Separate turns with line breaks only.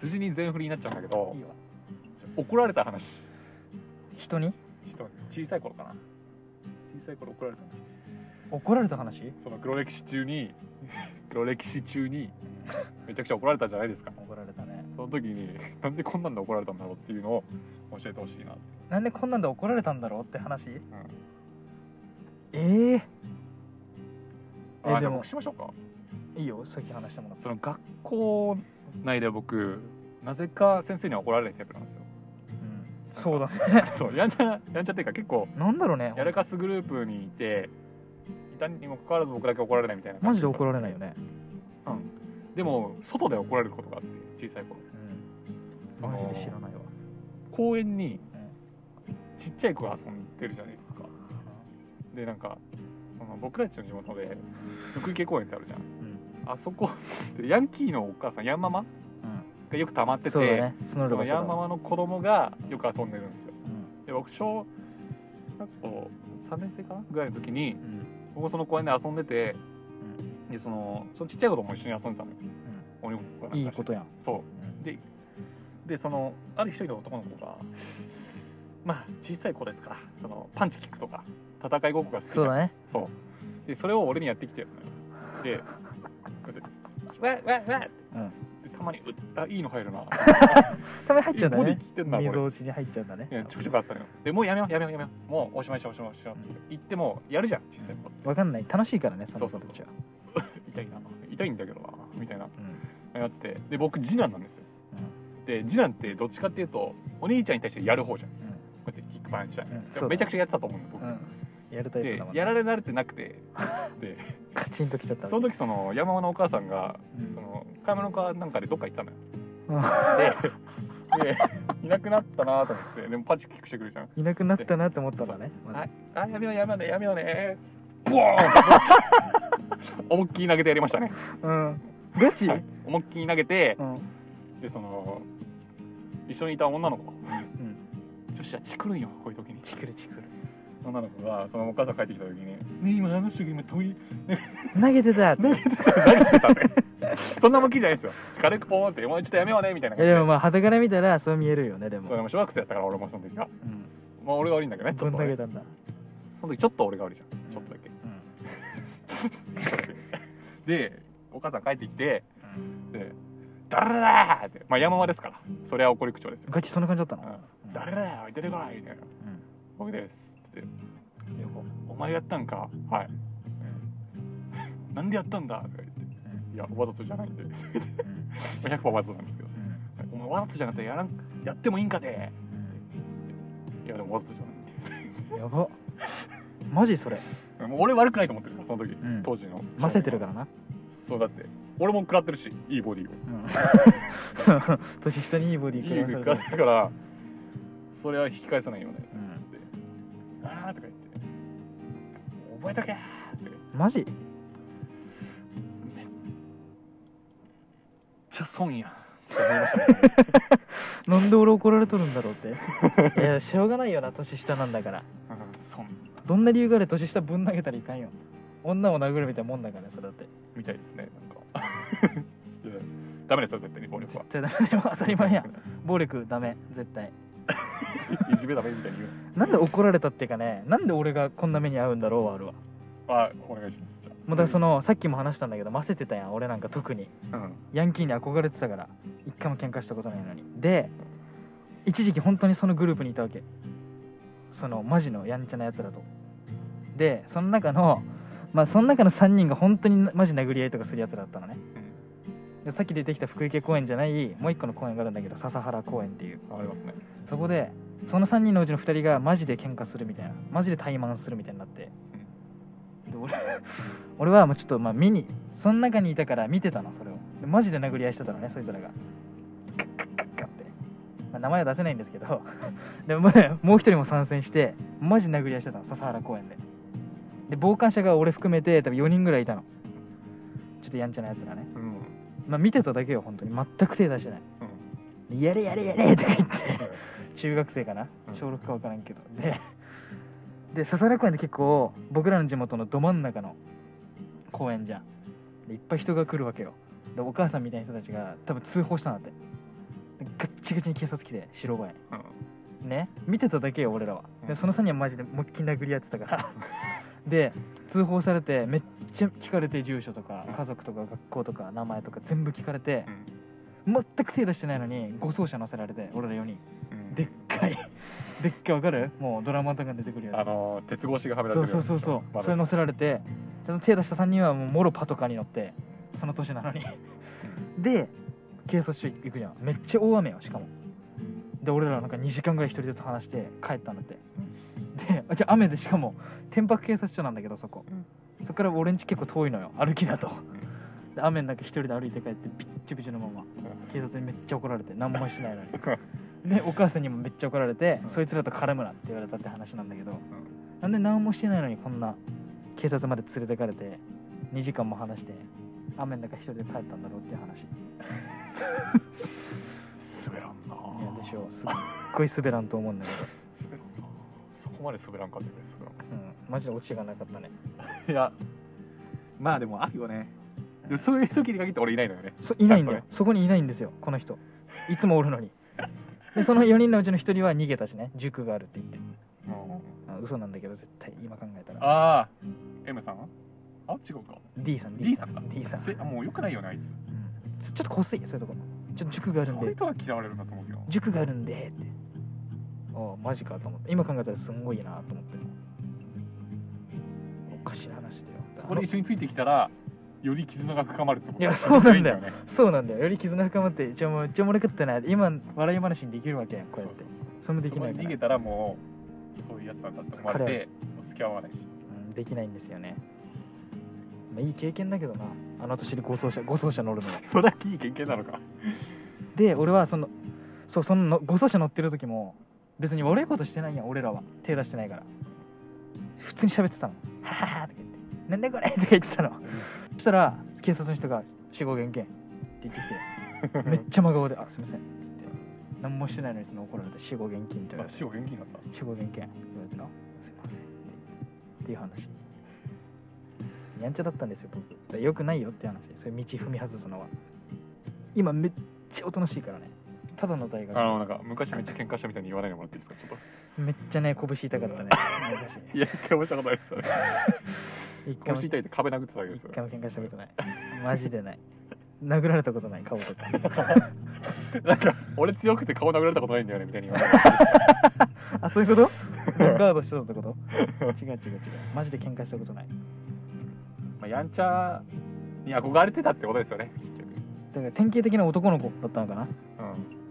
辻に全振りになっちゃうんだけど
いいわ
怒られた話
人に
人に小さい頃かな小さい頃怒られた話
怒られた話
その黒歴史中 に黒歴史中にめちゃくちゃ怒られたじゃないですか
怒られたね
その時になんでこんなんで怒られたんだろうっていうのを教えてほしいな
なんでこんなんで怒られたんだろうって話、ええ
あで
えで
も
も
僕しましょうか
いいよさっき話してもらっ
その学校内で僕なぜか先生には怒られないタイプなん ですよ
た、
ん
そうだね
そうやんちゃなやんちゃっていうか結構
なんだろうね
やらかすグループにいていたにもかかわらず僕だけ怒られないみたいな
マジで怒
ら
られないよね、
うんでも外で怒られることがあって小さい頃
うん、マジで知らないわ
公園にちっちゃい子が遊んでるじゃないですかでなんかその僕たちの地元で福池公園ってあるじゃん、あそこでヤンキーのお母さんヤンママがよく溜まってて
そうだね募る
その
場所
ヤ
だ
ンマ
わ
マの子供がよく遊んでるんですよ
うん
で僕小学校3年生かなぐらいの時に
うん
僕その公園で遊んでて、でそのそのちっちゃい子とも一緒に遊んでたのよ、鬼ごっこかなんかして
いいことやん、
そう
うん
ででそのある一人の男の子がまあ小さい子ですからそのパンチキックとか戦いごっこが好き
そう
な
だね
そうでそれを俺にやってきてるのよでこうやってわっわっわっ
うん
でたまにうっあいいの入 るな
たまに入っちゃうんだ
ボディ
ね
切ってんなこれ
溝落ちに入っちゃうんだね
いやちょくちょくあったのよでもうやめようやめようやめようもうおしまいしようおしまいしようって言ってもやるじゃん小さい子
わかんない楽しいからねその
そ
人
う
た
そう
ち
そ
は
痛いな痛いんだけどなみたいな
うん
やっててで僕次男なんですよで次男ってどっちかっていうとお兄ちゃんに対してやる方じゃんこうやってキックパンチじゃん、
うん
で
そうだね
めちゃくちゃやってたと思うの僕、
うんうんやるタイプ
で
だもんね
やられ慣れてなくてで
カチンときちゃった
その時その山間のお母さんが
うん
その買い物かなんかでどっか行 ったのよ
う
ででいなくなったなと思ってでもパチキックしてくるじゃん
んいなくなったなって思ったんだねまず
はいあやめようやめようねやめようねボーン思いっきり投げてやりましたね、
うんガチ
はい思いっきり投げて
うん
でその一緒にいた女の子
うん
女子はチクるんよこういう時に
チクるチクる
女の子がそのお母さん帰ってきた時にね今あの人が今飛び
投げてたって
何言ってたねそんな向きじゃないですよ軽くポーンって「もうちょっとやめようね」みたいな感
え
じで
でもまあはから見たらそう見えるよねで
それ
も
も小学生やったから俺もその時が
うん
まあ俺が悪いんだけどねちょっ
ぶん
と
投
ね、
げたんだ
その時ちょっと俺が悪いじゃんちょっとだけ
うん
でお母さん帰ってきて
うん
で「誰だ!」ってまあ山間ですからそれは怒り口調ですよ
ガチそんな感じだっ
「
た
う
の
ん、誰だよ出てこい!」みたいな
うん
「僕です」って「いやおお前やったんかはい」 なんでやったんだ?」とか言って「いやわざとじゃないんで
うん
100%わざとなんですけどお前わざとじゃなくてやらんやってもいいんかでいやでもわざとじゃないんで
うんやばマジそれ
もう俺悪くないと思ってるからその時、
ん
当時の
ませてるかららな
そうだって俺も食らってるしいいボディを
うん年下にいいボデ
いい
ィ
ボ
食
ディ
らわさ
食らっ
れた
てるからそれは引き返さないよね
うん
ってあーとか言って覚えとけーって
マジ
じゃ損やんって思いましたね
なんで俺怒られとるんだろうっていやしょうがないよな年下なんだから
うん損
どんな理由があれ年下ぶん投げたらいかんよ女を殴るみたいなもんだからそれだって
みたいですねなんかいやダメですよ絶対に暴力は
絶対ダメだよ当たり前や暴力ダメ絶対
いじめダメみたいに言う
なんで怒られたっていうかねなんで俺がこんな目に遭うんだろうはあるわ
のあお願いしますじゃあ
もうだからそのさっきも話したんだけどませてたやん俺なんか特に
うん
ヤンキーに憧れてたから一回も喧嘩したことないのにで一時期本当にそのグループにいたわけそのマジのやんちゃなやつらとでその中のまあその中の3人が本当にマジ殴り合いとかするやつらだったのねでさっき出てきた福池公園じゃないもう一個の公園があるんだけど笹原公園っていう
うんありますね
そこでその3人のうちの2人がマジで喧嘩するみたいなマジで怠慢するみたいになってで俺俺はもうちょっとまあ見にその中にいたから見てたのそれをでマジで殴り合いしてたのねそいつらがカッカッカッカッって、まあ、名前は出せないんですけどでもねもう一人も参戦してマジで殴り合いしてたの笹原公園でで傍観者が俺含めて多分4人ぐらいいたのちょっとやんちゃなやつらね
うん
まあ見てただけよ本当に全く手出してない、でやれやれやれとか言って中学生かな、
うん
小6か分からんけどでで笹原公園って結構僕らの地元のど真ん中の公園じゃんでいっぱい人が来るわけよでお母さんみたいな人たちが多分通報したんだってガッチガチに警察来て白バイ
うん
ね見てただけよ俺らは
う
で
ん
その3人はマジでもう一気に殴り合ってたから で通報されてめっちゃ聞かれて住所とか
うん
家族とか学校とか名前とか全部聞かれて
うん
全く手出してないのに護送車乗せられて俺ら4人
うん
でっかいでっかいわかるもうドラマとかに出てくる
あ
や
の鉄格子がはめ
つ
られ
そ
て
う
る
そうそうそ
窓
うそれ乗せられてその手出した3人はもうもろパトカーに乗ってその年なのにで警察署行くじゃんめっちゃ大雨よしかもで俺らなんか2時間ぐらい一人ずつ話して帰ったんだってであじゃあ雨でしかも天白警察署なんだけどそこ、そこから俺ん家結構遠いのよ歩きだとで雨の中一人で歩いて帰ってビッチビチのまま警察にめっちゃ怒られて何もしな いのにでお母さんにもめっちゃ怒られて、
うん
そいつらと絡むなって言われたって話なんだけど、なんで何もしてないのにこんな警察まで連れてかれて2時間も話して雨の中一人で帰ったんだろうっていう話
滑らんない
やでしょうすっごい滑らんと思うんだけど、
滑らんなそこまで滑らんかったね滑らんかっ
うん、マジでオチがなかったね
たいやまあでもあるよねでもそういう時に限って俺いないのよね
そいないんだよそこにいないんですよこの人いつもおるのにでその4人のうちの1人は逃げたしね塾があるって言ってあ嘘なんだけど絶対今考えたら
ああ M さんあ違うか
D さん
D さんか
D さん、
せあもうよくないよねあいつ
うんちょちょっとこすいそういうとこちょっと塾があるん
そういう
で
人は嫌われるなと思うけど
塾があるんでってああマジかと思って今考えたらすんごいなと思っておかしい話だよ
そこで一緒についてきたらより絆が深まるってこと
いやそうなんだよ
いいね
そうなんだよより絆深まって一応もう一応もなかったな今笑い話にできるわけやんこうやってそんなで
そ
き
こ
ない
に
か
逃
ら
げたらもうそういうやつなんだって思われて付き合わないし
うん、できないんですよね、まあ、いい経験だけどなあの年で護送車護送車乗るのは
それはいい経験なのか
で俺はそのそうそのの護送車乗ってる時も別に悪いことしてないやん俺らは手出してないから普通に喋ってたの「ははは」とか言って「なんだこれ」とか言ってたのそしたら警察の人が「死後現金」って言ってきてめっちゃ真顔で「あすいません」って言って何もしてないのにその怒られて死後現金って言われて
死後元気になった
守護現券言われてなすいませんっていう話やんちゃだったんですよ僕よくないよって話そういう道踏み外すのは今めっちゃおとなしいからねただの大
あ
学
のなんか昔めっちゃ喧嘩したみたいに言わないでもらっていいですかちょっ
めっちゃね拳痛かったね
といや一回もしたことないですそれ
昔一回も
腰痛いて壁殴ってたわけです
一
よ
回も喧嘩したことないマジでない殴られたことない顔 とか
なんか俺強くて顔殴られたことないんだよねみたいに言われ
あそういう こと
て
ガードしてたってこと違う違う違うマジで喧嘩したことない
まあやんちゃに憧れてたってことですよね結局
だから典型的な男の子だったのかな
うん